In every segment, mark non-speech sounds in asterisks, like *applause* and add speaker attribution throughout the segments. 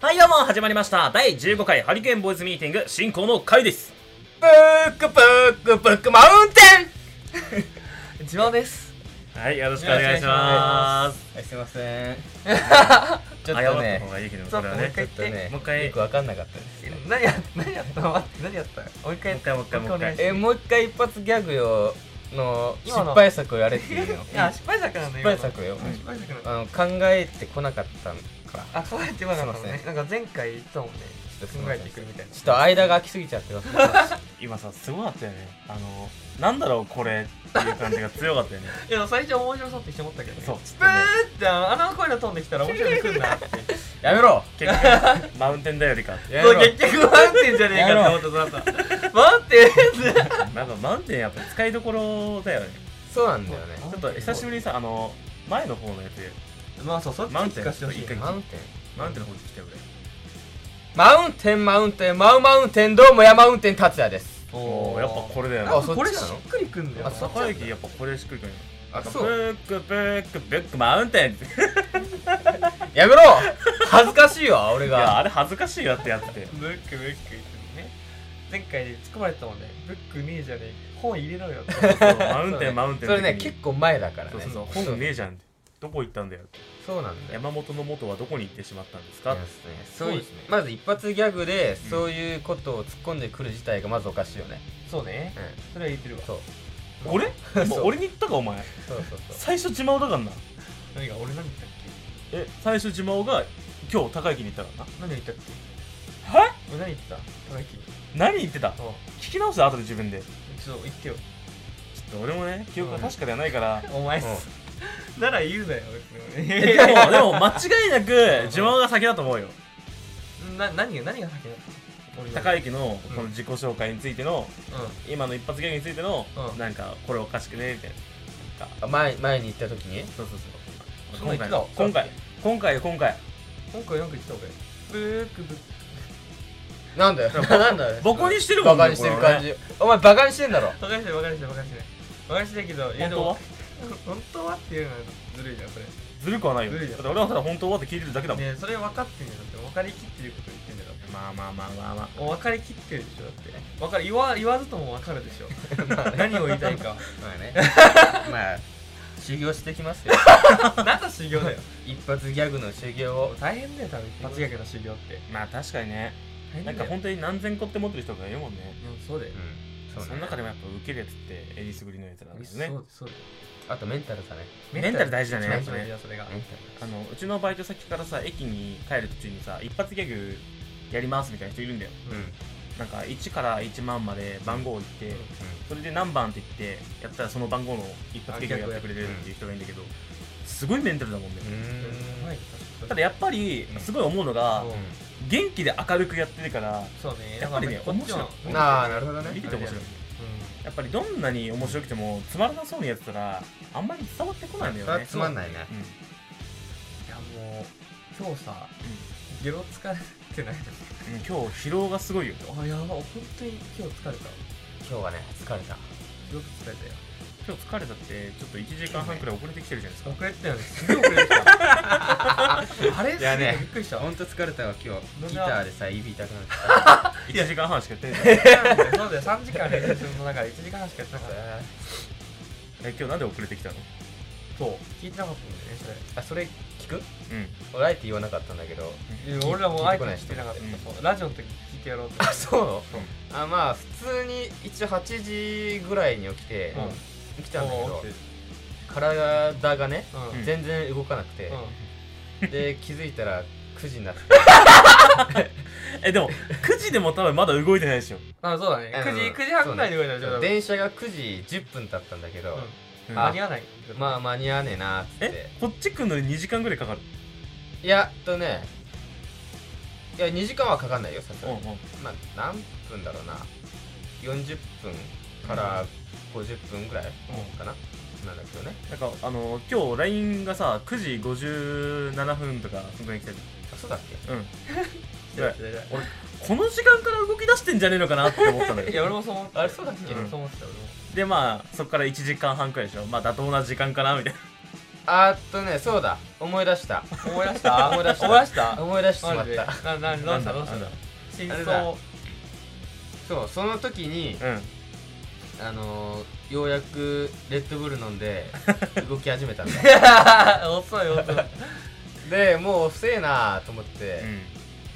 Speaker 1: ーン始まりました第15回ハリケーンボーイズミーティング進行の回です
Speaker 2: ブックブックブックマウンテン自慢です
Speaker 1: はいよろしくお願いします
Speaker 2: はいすいま *laughs* せんちょっ
Speaker 1: 謝
Speaker 2: と
Speaker 1: った
Speaker 2: ね
Speaker 1: 方がいいけど
Speaker 2: ちょ
Speaker 1: そ
Speaker 2: っと
Speaker 1: れは
Speaker 2: もう
Speaker 1: ね
Speaker 2: 一回言って、
Speaker 1: もう一回
Speaker 2: よくわかんなかったですけど何や何やったの待って何やったのもう一
Speaker 1: も
Speaker 2: 回
Speaker 1: う一回もう一回もう一回
Speaker 2: えもう一回一発ギャグよの失
Speaker 3: 今の
Speaker 2: 敗作をやれっていうの
Speaker 3: あ、失敗作なんだ
Speaker 2: 失
Speaker 3: 今の
Speaker 2: 敗作よ
Speaker 3: 失敗作なんだ
Speaker 2: あの考えてこなかったのか
Speaker 3: あ、考えてはなかった
Speaker 2: すいま
Speaker 3: ねなんか前回言ってたもんね
Speaker 2: ちょっとすい
Speaker 3: 考
Speaker 2: ま
Speaker 3: え
Speaker 2: せん
Speaker 3: ていくみたいな
Speaker 2: ちょっと間が空きすぎちゃってます
Speaker 1: 今さすごかったよねあのなんだろうこれっていう感じが強かったよ
Speaker 2: *laughs*
Speaker 1: ね
Speaker 3: いや、最初面白そうって一瞬思ったけどね
Speaker 1: そう
Speaker 3: ブーってあの声の飛んできたら面白いの来んなって
Speaker 2: *laughs* やめろ
Speaker 1: 結局マウンテンだよりか
Speaker 2: や
Speaker 3: そう、
Speaker 2: めろ
Speaker 3: 結局マウンテンじゃねえかって思ったその後マウ
Speaker 2: *laughs*
Speaker 3: ンテンって
Speaker 1: なんかマウンテンやっぱ使いどころだよね
Speaker 2: そうなんだよね
Speaker 1: ちょっと久しぶりにさあの前の方のやつで
Speaker 3: まあそう、そっち
Speaker 1: マウンテン
Speaker 3: 聞かせてほしい
Speaker 1: 一回
Speaker 2: マウンテン
Speaker 1: マウンテンの方に来てよ俺
Speaker 2: マウンテンマウンテンマウマウンテンどうもやマウンテン達也です
Speaker 1: おーやっぱこれだよね
Speaker 3: なんかこれ
Speaker 2: あそ
Speaker 3: し
Speaker 2: っちなの
Speaker 3: っくりくんだよ
Speaker 2: あ
Speaker 3: な
Speaker 2: そっ
Speaker 1: 高雪やっぱこれしっくりくる
Speaker 2: あ
Speaker 1: ブックブックブックマウンテンってい
Speaker 2: やめろ恥ずかしいわ俺
Speaker 1: や
Speaker 2: が
Speaker 1: あれ恥ずかしいよってや
Speaker 2: *laughs*
Speaker 1: って
Speaker 3: ブックブック言ってね前回突っ込まれてたもんねブックねえじゃねえ本入れろよって
Speaker 2: *laughs*
Speaker 1: マウン
Speaker 2: そう
Speaker 1: テ
Speaker 2: ね
Speaker 1: ンマウンテン
Speaker 2: それね結構前だから
Speaker 1: そう
Speaker 2: ね
Speaker 1: そうそう本ねえじゃんってどこ行ったんだよって
Speaker 2: そうなんだよ
Speaker 1: 山本の元はどこに行ってしまったんですか
Speaker 2: いやそう
Speaker 3: そう
Speaker 2: いう
Speaker 3: ですね
Speaker 2: まず一発ギャグで
Speaker 1: うん
Speaker 2: そういうことを突っ込んでくる自体がまずおかしいよね
Speaker 3: そうねそれは言ってるわ
Speaker 2: そう
Speaker 1: 俺
Speaker 2: そ
Speaker 1: もう
Speaker 2: う
Speaker 1: 俺に言ったかお前
Speaker 2: そうそうそう
Speaker 1: 最初自慢だからな
Speaker 3: 何が俺何言ったっけ
Speaker 1: え最初自慢が今日高雪に行ったからな
Speaker 3: 何言ったっけ
Speaker 1: はい
Speaker 3: 俺何言った高木
Speaker 1: 何言ってた聞き直して後で自分でちょ
Speaker 3: ちょっと言ってよ
Speaker 1: っと俺もね記憶が確かではない
Speaker 2: *laughs*
Speaker 1: から
Speaker 3: お前っ
Speaker 2: うん
Speaker 3: す *laughs* なら言うなよ別に
Speaker 1: でもでも間違いなく自慢が先だと思うよ
Speaker 3: *laughs* な何が何が先だった俺が
Speaker 1: 高雪のこの自己紹介についての
Speaker 3: う
Speaker 1: 今の一発ギャグについての、
Speaker 3: うん
Speaker 1: なんかこれおかしくねみたいななんか
Speaker 2: あ *laughs* 前前に行った時に
Speaker 1: そうそう
Speaker 3: そ
Speaker 1: そうう今
Speaker 3: 言っ
Speaker 1: 回
Speaker 3: てた
Speaker 1: 今回今回今回
Speaker 3: ん今回なんか言ってた俺ブークブッ
Speaker 2: なんだよなんだよ
Speaker 1: ボコにしてるも
Speaker 2: バ
Speaker 1: んね
Speaker 2: カにしてる感じお前バカにしてんだろ
Speaker 3: バカにしてるバカにしてるバカにしてるバカにしてるけど
Speaker 1: 本
Speaker 3: いやで
Speaker 1: 当
Speaker 3: も *laughs*
Speaker 1: は
Speaker 3: 本当はっていうのはずるいじゃんそれ
Speaker 1: ずるくはないよだ
Speaker 3: ず
Speaker 1: っ
Speaker 3: るい
Speaker 1: て
Speaker 3: よ
Speaker 1: 俺はただ本当はって聞いてるだけだもん、
Speaker 3: ねえそれ分かってんじゃんだって分かりきってること言ってんだから
Speaker 1: まあまあまあまあまあ
Speaker 3: もう分かりきってるでしょだって分かる言わ言わずとも分かるで *laughs* しょ何を言いたい *laughs* か
Speaker 2: まあねまあ修行してきますよ
Speaker 3: 何の修行だよ
Speaker 2: 一発ギャグの修行を
Speaker 3: 大変だよ多分一発ギャグの修行って
Speaker 1: まあ確かにね
Speaker 3: 大変だ
Speaker 1: なん
Speaker 3: よ
Speaker 1: か本当に何千個って持ってる人がいるもんね
Speaker 3: うんそうだよ
Speaker 2: うん
Speaker 1: そ
Speaker 2: そう
Speaker 1: の
Speaker 2: ね
Speaker 1: 中でもやっぱ受けるやつってえりすぐりのやつなんですね
Speaker 3: そうですそうです
Speaker 2: あとメンタルだね
Speaker 1: メンタル大事だね
Speaker 3: メンタル大事だそれが
Speaker 2: メン
Speaker 1: あのうちのバイト先からさ駅に帰る途中にさ一発ギャグやりますみたいな人いるんだよ
Speaker 2: タルうん
Speaker 1: なんか1から1万まで番号を言って、
Speaker 3: うん
Speaker 1: それで何番って言ってやったらその番号の一発ギャグをやってくれるっていう人がいいんだけど、すごいメンタルだもんね、
Speaker 2: うん
Speaker 3: はい
Speaker 1: ただやっぱり
Speaker 2: うん
Speaker 1: すごい思うのが、
Speaker 3: うん
Speaker 1: 元気で明るくやってるから
Speaker 3: そうね
Speaker 1: やっぱりね
Speaker 3: だからこっちは
Speaker 1: 面白い
Speaker 2: ああなるほど
Speaker 1: 見
Speaker 2: ね
Speaker 1: てて面
Speaker 3: あれだ
Speaker 1: 白い
Speaker 3: よ
Speaker 1: やっぱりどんなに面白くてもつまらなそうにやってたらあんまり伝わってこないんだ
Speaker 2: そ
Speaker 1: よ
Speaker 2: れは
Speaker 1: ね
Speaker 2: つまんないね
Speaker 1: うん
Speaker 3: うんいやもう今日さゲロ疲れてない
Speaker 1: うんうん今日疲労がすごいよ
Speaker 3: あやば本当に今日疲れた
Speaker 2: 今日はね疲れた
Speaker 3: よく疲れたよ
Speaker 1: 今日疲れたってちょっと1時間半くらい遅れてきてるじゃないですか
Speaker 3: 遅れてたよねすげえ遅 *laughs* れてたあれす
Speaker 2: い
Speaker 3: げ
Speaker 2: やね
Speaker 3: えびっくりした
Speaker 2: 本当疲れたわ今
Speaker 3: どんな
Speaker 2: 日ギターでさ指痛くなって *laughs*
Speaker 1: 1時間半しかやってない
Speaker 3: そうだよ3時間練習するの中で1時間半しかやってなかった
Speaker 1: え今日なんで遅れてきたの
Speaker 3: そう聞いてなかったんだよねそれ
Speaker 2: たあそれ聞く
Speaker 1: うん
Speaker 2: 俺あえて言わなかったんだけ *laughs* ど
Speaker 3: いや俺らもうあえて聞いてなかっ
Speaker 1: 聞いてこない
Speaker 3: た、そうラジオの時聞いてやろうと思って
Speaker 2: そうあまあ普通に一応8時ぐらいに起きて
Speaker 3: うん
Speaker 2: 起きたんだけど
Speaker 3: うん
Speaker 2: 体がね
Speaker 3: うん
Speaker 1: うん
Speaker 2: 全然動かなくてで気づいたら9時になって
Speaker 1: えでも9時でも多分まだ動いてないでしょ、
Speaker 3: あそうだね
Speaker 2: うん
Speaker 3: 9時9時半ぐらいに動いたでしょ
Speaker 2: た
Speaker 3: 多分
Speaker 2: 電車が9時10分経ったんだけど
Speaker 1: うん
Speaker 3: 間に合わない
Speaker 2: まあ間に合わねえなーっつって
Speaker 1: えこっち来るのに2時間ぐらいかかる
Speaker 2: いやえっとねいや2時間はかかんないよさすがにまあ何分だろうな40分から50分ぐらいかな、なんだけどね
Speaker 1: なんかあの今日 LINE がさ9時57分とかそのぐらいに来てる
Speaker 2: あそうだっけ
Speaker 1: うん
Speaker 3: 嫌い嫌い嫌い
Speaker 1: この時間から動き出してんじゃねえのかなって思ったんだけ
Speaker 3: い
Speaker 1: ど
Speaker 3: や俺もそう思った
Speaker 2: あれそうだっけ
Speaker 3: んそう思ってた俺も
Speaker 1: でまあそこから1時間半くらいでしょまあ妥当な時間かなみたいな
Speaker 2: あーっとねそうだ思い出した
Speaker 3: 思い出した
Speaker 2: 思い出した
Speaker 3: 思い出した
Speaker 2: 思い出してしま
Speaker 3: マ
Speaker 2: っ
Speaker 3: ジで
Speaker 2: た
Speaker 3: ななどうしたどうし
Speaker 1: なんだ
Speaker 3: た真
Speaker 2: あれだ
Speaker 3: 相
Speaker 2: そうその時に
Speaker 1: うん
Speaker 2: あのー、ようやくレッドブル飲んで動き始めたんだ
Speaker 3: *laughs* 遅い遅い
Speaker 2: でもう遅えなと思って、
Speaker 1: うん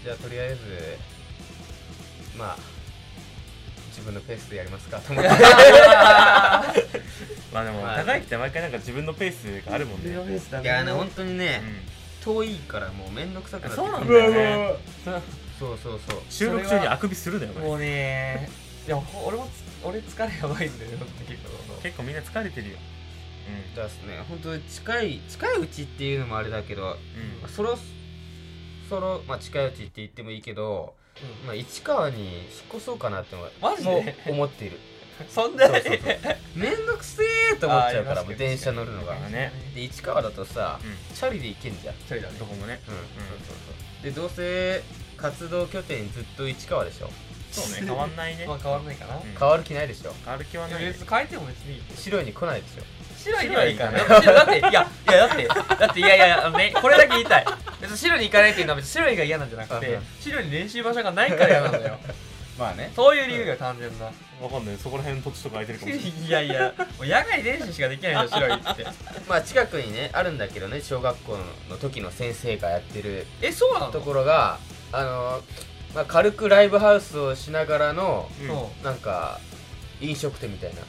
Speaker 2: じゃあとりあえずまあ自分のペースでやりますかと思って
Speaker 1: まあでも
Speaker 2: まあ
Speaker 1: 高いって毎回なんか自分のペースがあるもんね
Speaker 2: いやね本当にね、
Speaker 1: う
Speaker 2: 遠いからもうめんどくさくなってく
Speaker 1: そうなん
Speaker 2: る
Speaker 1: だよね
Speaker 2: そうそうそう
Speaker 1: うん収録中にあくびするだよね
Speaker 3: もうねいやほ俺もつ俺疲れやばいんだよ結構
Speaker 1: 結構みんな疲れてるよ
Speaker 2: だからっすね本当に近い近いうちっていうのもあれだけど
Speaker 1: うんうん
Speaker 2: そろそろまあ近いうちって言ってもいいけどまあ市川に引っ越そうかなっても
Speaker 3: マジで
Speaker 2: もう思っている
Speaker 3: そんな
Speaker 2: そうそう
Speaker 3: *laughs*
Speaker 2: めんどくせえと思っちゃうから
Speaker 3: あーいや
Speaker 2: もう電車乗るのが
Speaker 1: だからね
Speaker 2: で市川だとさ
Speaker 1: う
Speaker 2: チャリで行けんじゃん
Speaker 3: それだね
Speaker 1: んどこもね
Speaker 2: うんそうそうそうでどうせ活動拠点ずっと市川でしょ
Speaker 1: そうね変わんないね
Speaker 3: まあ変わらないかな
Speaker 1: うん
Speaker 2: 変わる気ないでしょ
Speaker 1: 変わる気はい
Speaker 3: や
Speaker 1: ないよ
Speaker 3: 別に変えても別にいい
Speaker 2: 白いに来ないでしょ
Speaker 3: 白
Speaker 1: い
Speaker 3: い
Speaker 1: に
Speaker 3: に
Speaker 1: は
Speaker 3: はいい
Speaker 1: か
Speaker 3: か
Speaker 1: な
Speaker 3: ないいだっていやいやだってだっていやいやあのねこれだけ言いたい別に白に行かないっていうのは別に白いが嫌なんじゃなく
Speaker 2: うんう
Speaker 3: て
Speaker 2: ん
Speaker 3: 白に練習場所がないから嫌なん *laughs* だよ
Speaker 2: まあね
Speaker 3: そういう理由が単純な
Speaker 1: わかんないそこら辺の土地とか空いてるかもしれない
Speaker 3: *laughs* いやいやもう野外練習しかできないんだよ白いって
Speaker 2: まあ近くにねあるんだけどね小学校の時の先生がやってる
Speaker 3: えそうなの
Speaker 2: ところがあの、まあ、軽くライブハウスをしながらの
Speaker 1: うん
Speaker 3: そ
Speaker 2: なんか飲食店みたいな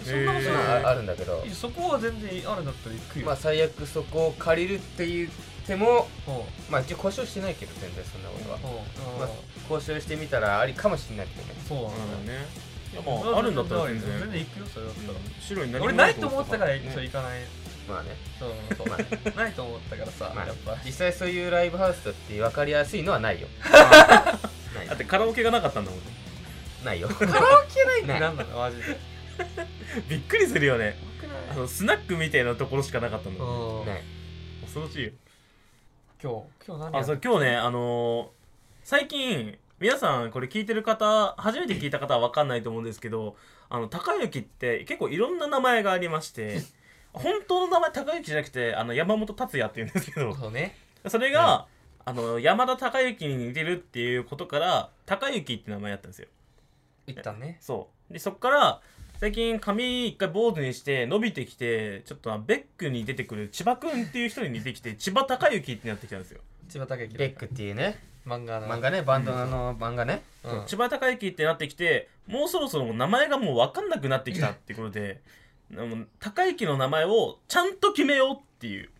Speaker 3: うそんなこ
Speaker 1: へ
Speaker 2: そ
Speaker 3: と
Speaker 2: うい
Speaker 1: ー
Speaker 2: うの
Speaker 3: な
Speaker 2: が
Speaker 3: い
Speaker 2: あるんだけど
Speaker 3: いやそこは全然あるんだったら行くよ、
Speaker 2: まあ最悪そこを借りるって言っても
Speaker 3: ほ
Speaker 2: まあ一応交渉してないけど全然そんなことは
Speaker 3: うほう
Speaker 2: まあ交渉してみたらありかもしれないけどね
Speaker 3: そうな
Speaker 1: そうなん
Speaker 3: んだ
Speaker 1: だよねいや
Speaker 3: よ
Speaker 1: まああるんだったら全然
Speaker 3: 全然行くよそれだっ
Speaker 1: うん
Speaker 3: たら、
Speaker 1: 白に何も
Speaker 3: 俺ないと思ってたから、
Speaker 1: ね
Speaker 3: そう行かない
Speaker 2: まあね
Speaker 3: そう *laughs* そう
Speaker 2: まあね
Speaker 3: そうないと思ったからさ、
Speaker 2: まあ
Speaker 3: やっぱ
Speaker 2: 実際そういうライブハウスだって分かりやすいのはない
Speaker 3: *laughs*
Speaker 2: よない
Speaker 1: だってカラオケがなかったんだもん
Speaker 2: ないよ
Speaker 3: カラオケない
Speaker 2: ない
Speaker 3: *laughs* なんなのマジで
Speaker 1: びっくりするよねあのスナックみたいなところしかなかったんだもん
Speaker 3: うん
Speaker 2: ない
Speaker 1: 恐ろしいよ
Speaker 3: 今日今日何や
Speaker 1: あそう今日ねあのー最近皆さんこれ聞いてる方初めて聞いた方は分かんないと思うんですけどあの高之って結構いろんな名前がありま
Speaker 3: *laughs*
Speaker 1: して本当の名前高之じゃなくてあの山本達也っていうんですけど
Speaker 3: そうね
Speaker 1: それが、あの山田孝之に似てるっていうことから孝之って名前だったんですよ
Speaker 3: 一旦ね
Speaker 1: そうでそっから最近髪一回坊主にして伸びてきてちょっとあベックに出てくる千葉くんっていう人に似てきて千葉孝之ってなってきたんですよ、
Speaker 3: 千葉武樹
Speaker 2: ベックっていうね
Speaker 3: 漫画の
Speaker 2: 漫画ねバンドの漫画ね
Speaker 3: う
Speaker 1: 千葉孝之ってなってきてもうそろそろ名前がもう分かんなくなってきたってことであの孝之の名前をちゃんと決めようっていう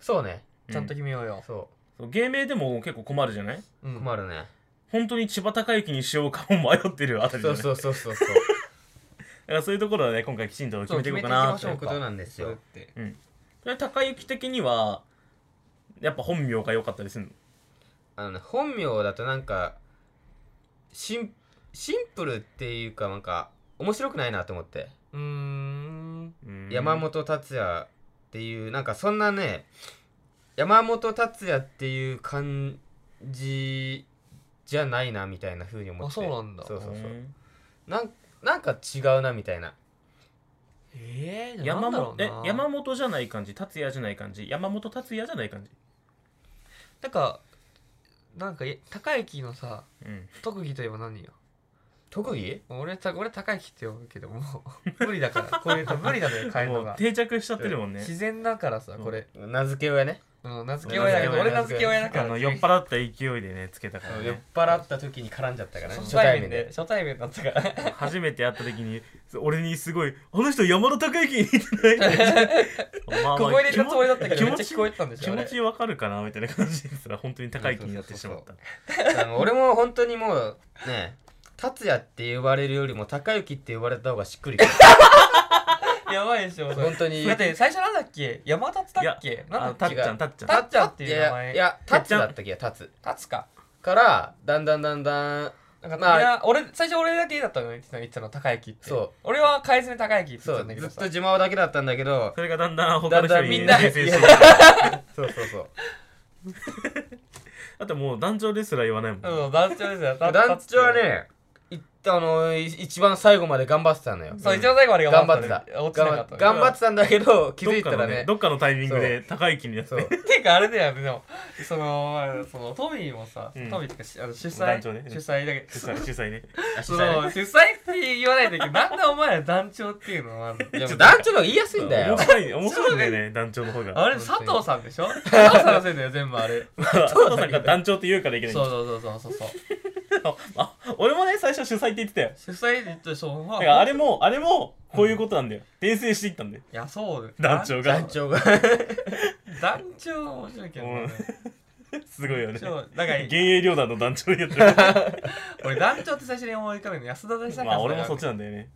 Speaker 2: そうね
Speaker 3: ちゃんと
Speaker 1: う
Speaker 3: 決めようよ、
Speaker 2: そ
Speaker 1: そう芸名でも結構困るじゃないう
Speaker 2: うん困るね
Speaker 1: 本当に千葉孝之にしようかも迷ってるあたりだ
Speaker 2: そ
Speaker 1: ね
Speaker 2: うそうそうそうそ
Speaker 1: だ
Speaker 2: う
Speaker 1: からそういうところはね今回きちんと決めていこうかなって
Speaker 2: そうことなんです
Speaker 3: そう
Speaker 2: よ
Speaker 3: って
Speaker 1: それ高行的にはやっぱ本名が良かったりするの
Speaker 2: あのね本名だとなんかシンシンプルっていうかなんか面白くないなと思って、
Speaker 3: うーん
Speaker 1: うーん
Speaker 2: 山本達也っていうなんかそんなね山本達也っていう感じじゃないなみたいな風に思って
Speaker 3: あそうなんだ
Speaker 2: そうそうそううんなんなんか違うなみたいな
Speaker 3: ええー、じゃあな
Speaker 1: 山
Speaker 3: んだろ
Speaker 1: 本
Speaker 3: う
Speaker 1: え
Speaker 3: な
Speaker 1: 山本じゃない感じ達也じゃない感じ山本達也じゃない感じ
Speaker 3: なんかなんかえ高之のさ
Speaker 1: うん
Speaker 3: 特技といえば何よ
Speaker 2: 特技
Speaker 3: 俺た俺高之って呼ぶけどもう無理だからこういうと無理だね変える
Speaker 1: も
Speaker 3: の
Speaker 1: う
Speaker 3: が
Speaker 1: 定着しちゃってるもんね
Speaker 3: 自然だからさ
Speaker 1: うん
Speaker 3: これ、
Speaker 2: 名付け親ね
Speaker 3: うん、名付け親だけど俺名付け親だか
Speaker 1: あ
Speaker 3: ら
Speaker 1: の酔っ払った勢いでねつけたから
Speaker 2: 酔っ
Speaker 1: ね
Speaker 2: 払った時に絡んじゃったからね
Speaker 3: 初
Speaker 2: 初
Speaker 3: 対
Speaker 2: 対面
Speaker 3: 面で
Speaker 2: で
Speaker 3: 初対面だったから
Speaker 1: 初めて会った時に俺にすごい「あの人山田孝之に似てない?」まあまあ
Speaker 3: 小声で言ったつもりだったけ
Speaker 1: 気
Speaker 3: どめ
Speaker 1: 持
Speaker 3: っちゃ
Speaker 1: ち
Speaker 3: 聞こえてたんでし
Speaker 1: 気
Speaker 3: ょ
Speaker 1: 持ちわかるかなみたいな感じですら本当に高い気になってしまった
Speaker 2: あの俺も本当にもうね達也って呼ばれるよりも高之って呼ばれた方がしっくり
Speaker 3: *laughs*
Speaker 2: くる
Speaker 3: あれやばいでしょそれ
Speaker 2: 本当に
Speaker 3: だって最初なんだっけ山立だっけ
Speaker 1: あ
Speaker 3: なん
Speaker 1: た
Speaker 3: だ
Speaker 1: っ
Speaker 3: っ
Speaker 1: ち
Speaker 3: け
Speaker 1: ゃんたっちゃん
Speaker 3: たっちゃんっていう名
Speaker 2: いや
Speaker 3: 前
Speaker 2: いや達也だったっけ達
Speaker 3: 立つか
Speaker 2: からだんだんだんだん
Speaker 3: なんか、
Speaker 2: まあ
Speaker 3: いや俺最初俺だけだったのよ言ってたの高之って
Speaker 2: そう
Speaker 3: 俺は返せめ高之って
Speaker 2: そう
Speaker 3: 言ってた
Speaker 2: ん
Speaker 3: だけ
Speaker 2: ず
Speaker 3: ど
Speaker 2: っ
Speaker 3: さ
Speaker 2: と自慢だけだったんだけど
Speaker 1: それがだんだん他の人に
Speaker 2: だんだんみんな
Speaker 1: していく
Speaker 2: そうそう
Speaker 3: *laughs*
Speaker 2: そう
Speaker 1: だってもう男女ですら言わないもん、
Speaker 3: うん団長ですよ
Speaker 2: 団長はねいあのい一番最後まで頑張ってたのよ
Speaker 3: そう
Speaker 1: うん
Speaker 3: 一番最後まで
Speaker 2: 頑張って
Speaker 3: ね
Speaker 2: た
Speaker 3: 落ちなか
Speaker 2: 頑
Speaker 3: った
Speaker 2: 張
Speaker 3: ね
Speaker 2: 頑張ってたんだけど気
Speaker 1: ど
Speaker 2: づ
Speaker 1: っ
Speaker 2: いた
Speaker 1: からの
Speaker 2: ね
Speaker 1: ねどっかのタイミングで高い木になって
Speaker 2: そう
Speaker 3: ていうかあれだよねでもそのまあそのトミーもさ、
Speaker 1: うん
Speaker 3: トミーってかしあの主
Speaker 1: 団
Speaker 3: 催、
Speaker 1: 長ね
Speaker 3: 主催だけ
Speaker 1: 主催主催ね
Speaker 2: あ
Speaker 3: そ
Speaker 2: 主催
Speaker 3: の主催って言わないといけないなんでお前ら団長っていうのは
Speaker 2: ちょ団長の方が言いやすいんだよ
Speaker 1: 面白い面白いんだよね団長の方が
Speaker 3: あれ佐藤さんでしょ佐藤さんのせいだよ全部あれ
Speaker 1: 佐藤さんが団長って言うからいけない
Speaker 3: そうそうそうそうそう
Speaker 1: あ俺もね最初主催って言ってたよ
Speaker 3: 主催で言ってそうま
Speaker 1: だから
Speaker 3: あ
Speaker 1: あれもあれもこういうことなんだよ訂正していったんだよ
Speaker 3: いやそうだよ
Speaker 1: 団長が
Speaker 2: 団長が
Speaker 3: 団長は面白いけど
Speaker 1: うん
Speaker 3: ね
Speaker 1: すごいよね
Speaker 3: 団長なんか
Speaker 1: 現役旅団の団長にやってる *laughs*
Speaker 3: 俺団長って最初に思い浮かべるの安田大作
Speaker 1: まあ俺もそっちなんだよね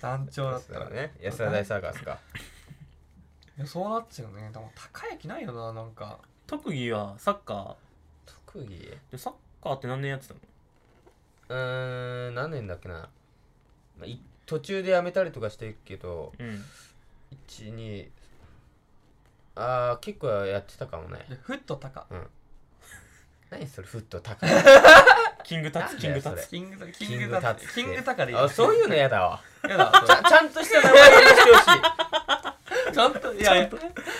Speaker 3: 団長だっ
Speaker 2: 安
Speaker 3: たら
Speaker 2: 田
Speaker 3: ね
Speaker 2: ね *laughs* 安田大サーカスか
Speaker 3: いやそうなっちゃうねでも高い気ないよななんか
Speaker 1: 特技はサッカ
Speaker 2: 特技
Speaker 1: ーでサッカーって何年やってたの
Speaker 2: うーん何年だっけな、まあ、い途中でやめたりとかしてるけど
Speaker 1: うん
Speaker 2: 12あー結構やってたかもね
Speaker 3: いやフット高
Speaker 2: 何それフット高い
Speaker 1: キングタッツキングタッツ
Speaker 3: キングタキ
Speaker 2: キ
Speaker 3: ン
Speaker 2: ン
Speaker 3: グ
Speaker 2: グ
Speaker 3: タ
Speaker 2: タ
Speaker 3: ッ
Speaker 2: ッ
Speaker 3: ツ
Speaker 2: ツ
Speaker 3: キングタカでいい
Speaker 2: あそういうのやだわ
Speaker 3: やだ
Speaker 2: *laughs* ちゃちゃんとした名前にしてほしい
Speaker 3: それちゃんといやいや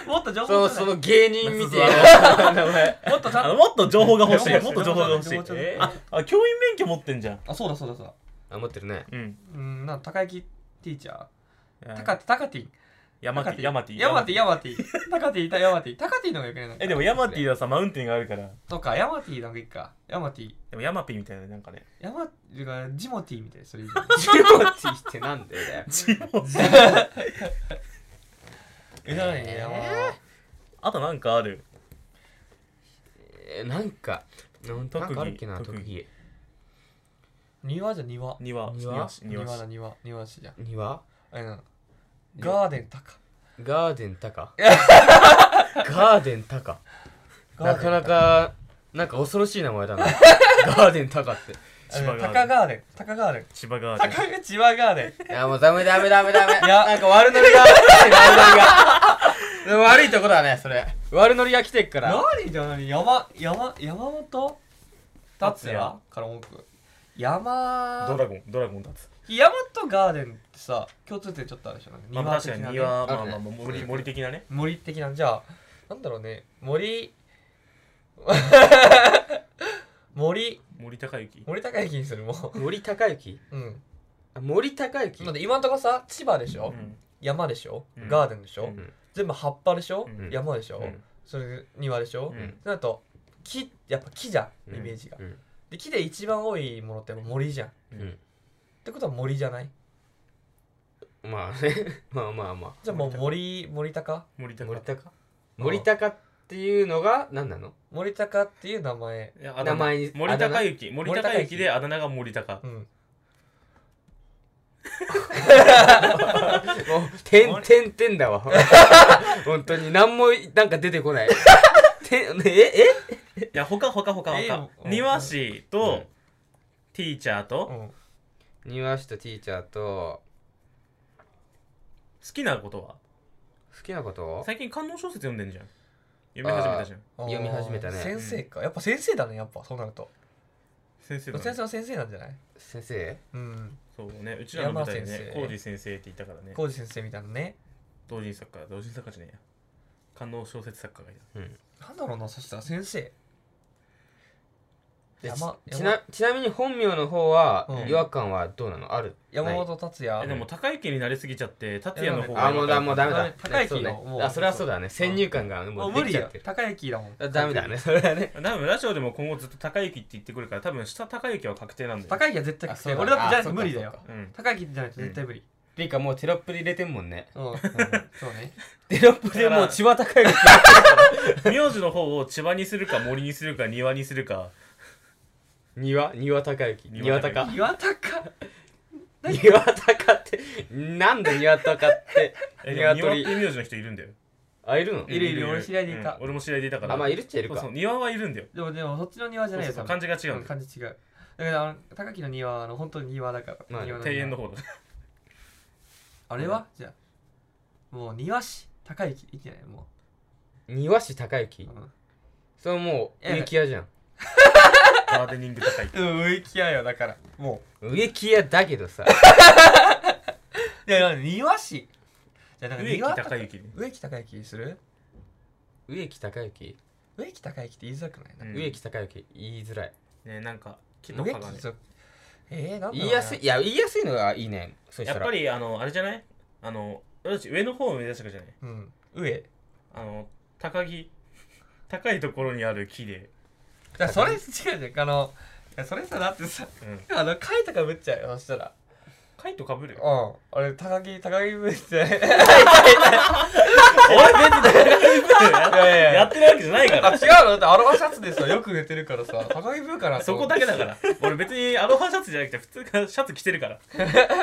Speaker 3: もっと情
Speaker 2: そ
Speaker 3: 報
Speaker 2: の
Speaker 3: じゃ
Speaker 2: そ
Speaker 3: ない
Speaker 2: の芸人み *laughs* たいな名前
Speaker 3: もっとち
Speaker 1: あ
Speaker 3: ゃ
Speaker 1: の
Speaker 3: んと
Speaker 1: もっと情報が欲しいもっと情報が欲し
Speaker 3: 情
Speaker 1: い
Speaker 3: 報ちゃんと
Speaker 2: え
Speaker 1: ああ教員免許持ってんじゃん
Speaker 3: あそうだそうだそうだ
Speaker 2: あ持ってる *laughs* ね
Speaker 1: うん
Speaker 3: うんなんか高木ティーチャー高ティ高ティ
Speaker 1: ヤマティヤマティ
Speaker 3: ヤマティヤマティ高ティいたヤマティ高ティの方がよくないなんか
Speaker 1: えでもヤマティはさマウンテンがあるから
Speaker 3: とかヤマティなんかいいかヤマティ
Speaker 1: でもヤマピーみたいななんかね
Speaker 3: ヤマてかジモティみたい
Speaker 1: *laughs*
Speaker 3: なそれいいね
Speaker 2: ジモティってなんでだよ
Speaker 1: 地方
Speaker 3: えらいね
Speaker 2: えー
Speaker 3: ヤマ
Speaker 1: あとなんかある
Speaker 2: *laughs* えーなんかなん
Speaker 1: 特技
Speaker 2: なんかあるっけな
Speaker 1: 特技
Speaker 2: 特技
Speaker 3: 庭じゃ庭
Speaker 1: 庭
Speaker 2: 庭
Speaker 1: 師
Speaker 3: 庭
Speaker 1: 庭師
Speaker 3: だ庭庭師じゃん
Speaker 2: 庭
Speaker 3: あれなガーデン高
Speaker 2: ガーデン *laughs* 高ガーデン高なかなかなんか恐ろしい名前 *laughs* だなガーデン高って
Speaker 3: あれ
Speaker 1: 千葉ガーデン
Speaker 3: 高ガーデン高ガーデン
Speaker 1: 千葉ガーデン
Speaker 3: 高が千葉ガーデ
Speaker 2: いやもうダメダメダメダメ
Speaker 3: いや
Speaker 2: なんか悪ノリが悪ノリがでも悪いとこだねそれ悪ノリが来てっか
Speaker 3: ン
Speaker 2: ら
Speaker 3: 何じゃ何山山山本達
Speaker 1: 達也
Speaker 3: 也から文句山
Speaker 1: ドラゴンドラゴンだつ
Speaker 3: 山とガーデンってさ共通点ちょっとあるでしょなんか
Speaker 1: まあ確かに
Speaker 3: ね
Speaker 1: 庭まあ
Speaker 2: 的な
Speaker 1: ま
Speaker 2: ね
Speaker 1: あまあ
Speaker 2: あるね
Speaker 1: 森森的なね
Speaker 3: 森的なじゃあなんだろうね森 *laughs* 森
Speaker 1: 森高之
Speaker 3: 森高之にするも
Speaker 2: 森高之
Speaker 3: う、うん、
Speaker 2: あ森高之
Speaker 3: だって今んとこさ千葉でしょ、
Speaker 1: うん
Speaker 3: 山でしょ、
Speaker 1: うん
Speaker 3: ガーデンでしょ、
Speaker 1: うん
Speaker 3: 全部葉っぱでしょ、
Speaker 1: うん
Speaker 3: 山でしょ、
Speaker 2: うん
Speaker 3: それ庭でしょ、
Speaker 1: う
Speaker 3: うんなると木やっぱ木じゃ
Speaker 2: うん
Speaker 3: んイメージが、
Speaker 2: うん
Speaker 3: で木で一番多いものってやっぱ森じゃんっ
Speaker 2: うん
Speaker 3: てことは森じゃない
Speaker 2: まあね *laughs* まあまあま
Speaker 3: じゃあもう森森高
Speaker 1: 森
Speaker 2: あ
Speaker 1: 高
Speaker 2: 森高森高っていうのが何なの
Speaker 3: 森高っていう名前
Speaker 1: いやあだ
Speaker 2: 名前に
Speaker 1: 森高之森高之であだ名が森高
Speaker 3: うん
Speaker 2: もう「てんてんてん」だわ本当に何もなんか出てこないてんええ
Speaker 1: いや他他他
Speaker 3: ええ
Speaker 1: 他
Speaker 3: よ
Speaker 1: 庭師
Speaker 2: うん
Speaker 1: とティーチャーと
Speaker 3: う
Speaker 1: 好
Speaker 3: ん
Speaker 2: 庭師とティーチャーと
Speaker 1: きなことは
Speaker 2: 好きなこと
Speaker 1: 最近観音小説読んでんじゃん読み始めたじゃん
Speaker 2: 読み始めたね
Speaker 3: あー先生かやっぱ先生だねやっぱそうなると
Speaker 1: 先生だ
Speaker 3: 先
Speaker 1: ね
Speaker 3: 生は先生なんじゃない
Speaker 2: 先生
Speaker 3: うん
Speaker 1: そうねうちらの舞台で
Speaker 3: 山先
Speaker 1: ね
Speaker 3: 生
Speaker 1: 浩二先生って言ったからね
Speaker 3: 浩二先生みたいなね
Speaker 1: 同人作家同人作家じゃねえや観音小説作家がいた
Speaker 2: うん
Speaker 3: なんだろうなそしたら先生
Speaker 2: で
Speaker 3: 山
Speaker 2: ちなちなみに本名の方は
Speaker 3: うん
Speaker 2: 違和感はどうなのある
Speaker 3: 山
Speaker 2: ない
Speaker 3: 本達也
Speaker 1: えでも高い家になりすぎちゃって達也の方が
Speaker 2: あもうだもうダメ
Speaker 3: ダ
Speaker 2: だ
Speaker 3: メ高い木
Speaker 2: そうね
Speaker 3: よもう
Speaker 2: あそれはそうだね先入観がも
Speaker 3: もう
Speaker 2: うで
Speaker 3: 無
Speaker 2: き
Speaker 3: 理
Speaker 2: ちゃっ
Speaker 3: よ
Speaker 2: てる
Speaker 3: 高雪だもん
Speaker 2: あダメだねそれはね
Speaker 1: 多分ラジオでも今後ずっと高雪って言ってくるから多分下高雪は確定なんだよ
Speaker 3: 高雪は絶対確定
Speaker 2: あそう
Speaker 3: 俺
Speaker 2: だ
Speaker 3: だってじゃな
Speaker 2: あ
Speaker 3: い
Speaker 2: そ
Speaker 3: と
Speaker 2: うか
Speaker 3: 無理だよ
Speaker 2: そうか
Speaker 1: うん
Speaker 3: 高雪じゃないと絶対無理
Speaker 2: ていうかもうテロップで入れてんもんね
Speaker 3: うんうんそうね
Speaker 2: テロップでもう千葉高い
Speaker 1: 名字の方を千葉にするか森にするか庭にするか
Speaker 2: 庭庭高之
Speaker 1: 庭
Speaker 2: 庭
Speaker 1: 高
Speaker 2: 高
Speaker 3: *laughs* 岩高
Speaker 2: 庭高ってなんで庭高って
Speaker 1: えでも庭っ
Speaker 2: 鶏
Speaker 1: て名字の人いるんだよ
Speaker 2: あいるの
Speaker 3: いるいる俺知り合いでいた
Speaker 1: うん俺も知り合いでいたから
Speaker 2: あまあいるっちゃいる
Speaker 1: そうそ
Speaker 2: か
Speaker 1: う庭はいるんだよ
Speaker 3: でもでもそっちの庭じゃないよ
Speaker 1: そうそう
Speaker 3: 多分
Speaker 1: 漢字が違うんだよ
Speaker 3: ん漢字違うだからあの高木の庭はあの本当に庭だから
Speaker 2: まあね
Speaker 3: 庭
Speaker 1: 庭園の
Speaker 3: 方
Speaker 1: 方
Speaker 3: *laughs*
Speaker 1: だ
Speaker 3: あれはじゃあもう庭師高雪いいんじゃないも
Speaker 2: 庭師高之
Speaker 3: ううん
Speaker 2: それもう植木屋じゃん
Speaker 1: あガーデニング高い
Speaker 3: うん植木屋よだからも
Speaker 2: 植木屋だけど
Speaker 3: *laughs*
Speaker 2: さ
Speaker 3: ういやなんか庭師じゃあなんか
Speaker 1: 植木
Speaker 3: 庭とか
Speaker 1: 高雪
Speaker 3: 植木高之する
Speaker 2: 植木孝之、
Speaker 3: 植木高之って言いづらくないなんか
Speaker 1: うん
Speaker 2: 植木孝之言いづらい
Speaker 1: ねなんか木の
Speaker 3: 植
Speaker 1: 葉
Speaker 3: 木
Speaker 1: がね
Speaker 3: 属えー、なんだろうな
Speaker 2: 言いやすいいや言いやすいのがいいねんそした
Speaker 1: やっ
Speaker 2: ら
Speaker 1: ぱりあのあれじゃないあの俺たち上の方を目指したからじゃない
Speaker 3: うん上
Speaker 1: あの高木高いところにある木で、
Speaker 3: だからそれ違うじゃんあのいやそれさだってさ
Speaker 1: うん、
Speaker 3: あの貝とかぶっちゃうよそしたら
Speaker 1: 貝とかぶるよ
Speaker 3: うん俺高木高木ぶっ
Speaker 1: *laughs*
Speaker 3: ちゃう
Speaker 1: 俺別に高木ぶる
Speaker 3: いやいや
Speaker 1: やってるわけじゃないか
Speaker 3: あ
Speaker 1: ら
Speaker 3: 違うのだってアロハシャツでさよく寝て
Speaker 1: *laughs*
Speaker 3: るからさ高木ぶかなと
Speaker 1: そ
Speaker 3: 思
Speaker 1: こ
Speaker 3: って
Speaker 1: だけだから俺別にアロハシャツじゃなくて普通からシャツ着てる *laughs* から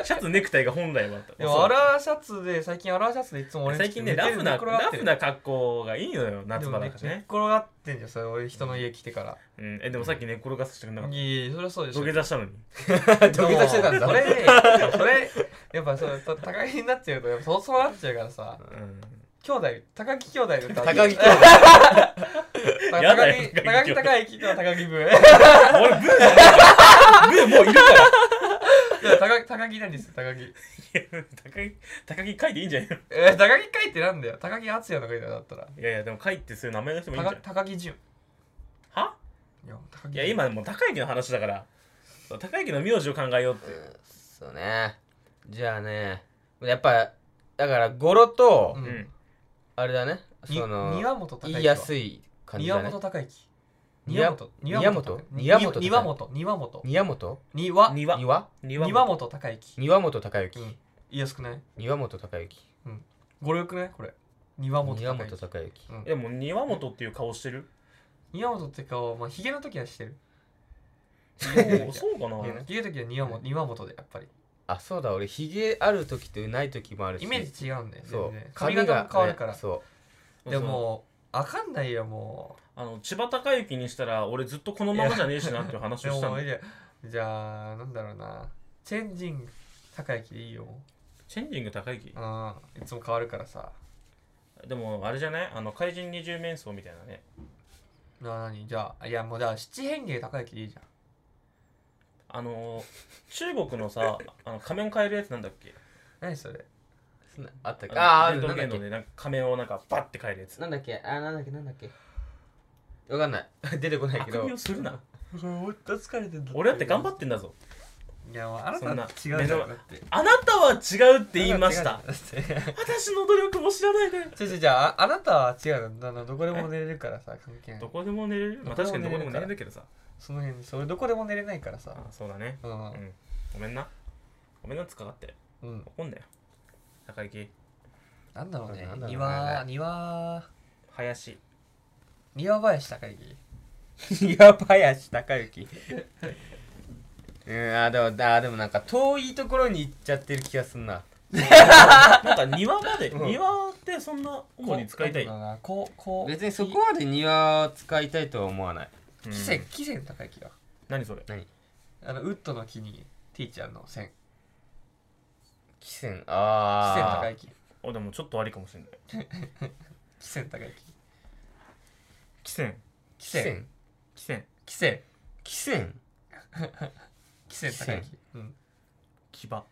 Speaker 1: シャツネクタイが本来はあった
Speaker 3: でもアロハシャツで最近アロハシャツでいつも俺んち
Speaker 1: 最近ねラフなラフな格好がいいのよ夏場だ
Speaker 3: ね
Speaker 1: から
Speaker 3: 寝っ
Speaker 1: ね
Speaker 3: 転がってんじゃんそれ俺人の家来てから
Speaker 1: うん、えでもさっき寝転がさせてくれなかっ
Speaker 3: いやいやそりゃそうで
Speaker 1: た
Speaker 3: しょ
Speaker 1: 土下座したのに
Speaker 3: *laughs*
Speaker 2: 土下座してたんだ
Speaker 3: それねそれやっぱそれと高木になっちゃうとやっぱそうそうなっちゃうからさ
Speaker 1: うん
Speaker 3: 兄弟高木兄弟の高
Speaker 2: *laughs* 高木
Speaker 3: 高
Speaker 2: と
Speaker 3: 木
Speaker 1: やだよ
Speaker 3: 高木高木と高木部
Speaker 1: 俺ブーじゃないブーもういるから
Speaker 3: 高木高木何です高木
Speaker 1: 高木高木書いていいんじゃないの
Speaker 3: えー高木会ってなんだよ高木敦也の会だよだったら
Speaker 1: いやいやでも書いてそういう名前の人もいいんじゃ
Speaker 3: 高
Speaker 1: ない
Speaker 3: 高木純
Speaker 1: はい
Speaker 3: や高木
Speaker 1: いや今もう高雪の話だからそう高雪の名字を考えようって
Speaker 2: そうねじゃあねやっぱだから語呂と、
Speaker 3: うん
Speaker 1: うん
Speaker 2: あれだね
Speaker 3: に
Speaker 2: その
Speaker 3: 庭本高
Speaker 2: 言
Speaker 3: 之
Speaker 2: いやすい感じだ
Speaker 3: 庭
Speaker 2: ね
Speaker 3: 本高之
Speaker 2: 庭庭
Speaker 3: 庭本
Speaker 2: 本
Speaker 3: 庭
Speaker 2: 庭本
Speaker 3: 本
Speaker 2: 高之
Speaker 3: 庭本庭本
Speaker 2: 庭本
Speaker 3: 庭
Speaker 1: 庭
Speaker 3: 本
Speaker 2: 庭
Speaker 1: 庭
Speaker 3: 庭本高之
Speaker 2: 庭本孝之
Speaker 3: うん言いやすくない
Speaker 2: 庭本孝之
Speaker 3: 語呂よくないこれ庭本
Speaker 2: 庭
Speaker 3: 高
Speaker 2: 本
Speaker 3: 之
Speaker 2: 孝之
Speaker 3: うん
Speaker 1: でも庭本っていう顔して
Speaker 2: *laughs*
Speaker 1: る
Speaker 3: 庭本って顔まあヒゲの時はしてる
Speaker 1: そうそうかな
Speaker 3: ヒゲのヒゲの時は庭本庭本でやっぱり
Speaker 2: あそうだ俺ひげある時とない時もあるし
Speaker 3: イメージ違うんだよ
Speaker 2: そ
Speaker 3: 全
Speaker 2: う
Speaker 3: 然髪型も変わるから
Speaker 2: ねそ
Speaker 3: でもあかんないよも
Speaker 1: あの千葉高雪にしたら俺ずっとこのままじゃねえしなっていう話
Speaker 3: うで
Speaker 1: をした
Speaker 3: も
Speaker 1: の
Speaker 3: いいやじゃあなんだろうなチェンジング高之でいいよ
Speaker 1: チェンジング高雪
Speaker 3: あいつも変わるからさ
Speaker 1: でもあれじゃないあの怪人二十面相みたいなね
Speaker 3: なにじゃあいやもうだから七変化高之でいいじゃん
Speaker 1: あの中国の
Speaker 2: *laughs*
Speaker 1: さあの仮面変えるやつなんだっけ
Speaker 3: 何それ
Speaker 2: うそんなあったっけあーあ
Speaker 1: あの
Speaker 2: る
Speaker 1: 伝
Speaker 2: なん
Speaker 1: 統芸能で
Speaker 2: だっけ
Speaker 1: なんか仮面をなんかバッて変えるやつ
Speaker 2: なんだっけあーなんだっけなんだっけわかんない *laughs* 出てこない
Speaker 1: あ
Speaker 2: け
Speaker 1: く
Speaker 2: ど
Speaker 1: びをするな
Speaker 3: 俺だ疲れてんだ
Speaker 1: 俺だって頑張ってんだぞ
Speaker 3: いやもうあなた
Speaker 1: そんな
Speaker 3: は違うじゃんだって
Speaker 1: あなたは違うって言いま
Speaker 2: *laughs*
Speaker 1: し
Speaker 3: あ
Speaker 1: た
Speaker 3: なた違うじゃんだって
Speaker 1: 私の努力も知らないで
Speaker 3: 違う違うじゃああなたは違うのあのどこでも寝れるからさ関係ない
Speaker 1: どこでも寝れるまあ
Speaker 3: ど
Speaker 1: 確
Speaker 3: こ
Speaker 1: か
Speaker 3: で
Speaker 1: にどこでも
Speaker 3: も寝れる
Speaker 1: 寝
Speaker 3: から
Speaker 1: れるけどさ
Speaker 3: その辺それどこでも寝れないからさ
Speaker 1: あそうだね
Speaker 3: う
Speaker 1: うんんごめんなごめんなつかがって
Speaker 3: うん
Speaker 1: 怒んなよ高雪
Speaker 3: なんだろうね
Speaker 2: なんだろうね
Speaker 3: 庭庭
Speaker 1: 林
Speaker 3: 庭林高之
Speaker 2: 岩林孝之 *laughs* うんあーでもあーでもなんか遠いところに行っちゃってる気がすんな
Speaker 1: *laughs* なんか庭まで
Speaker 2: うん
Speaker 1: 庭ってそんな主に使いたい
Speaker 3: こうなんだろうなこうこう
Speaker 2: 別にそこまで庭を使いたいとは思わない
Speaker 1: うん
Speaker 3: 木線木線高之が
Speaker 1: 何それ
Speaker 3: あのウッドの木にティーチャーの線木
Speaker 2: 汽船
Speaker 3: 線
Speaker 2: あ
Speaker 3: 高
Speaker 2: あ
Speaker 3: 之
Speaker 1: あでもちょっとありかもしれない
Speaker 3: 木線高之
Speaker 1: 汽船
Speaker 3: 木線
Speaker 1: 汽船
Speaker 3: 木線
Speaker 2: 汽船
Speaker 3: 木線高之うん
Speaker 1: 騎馬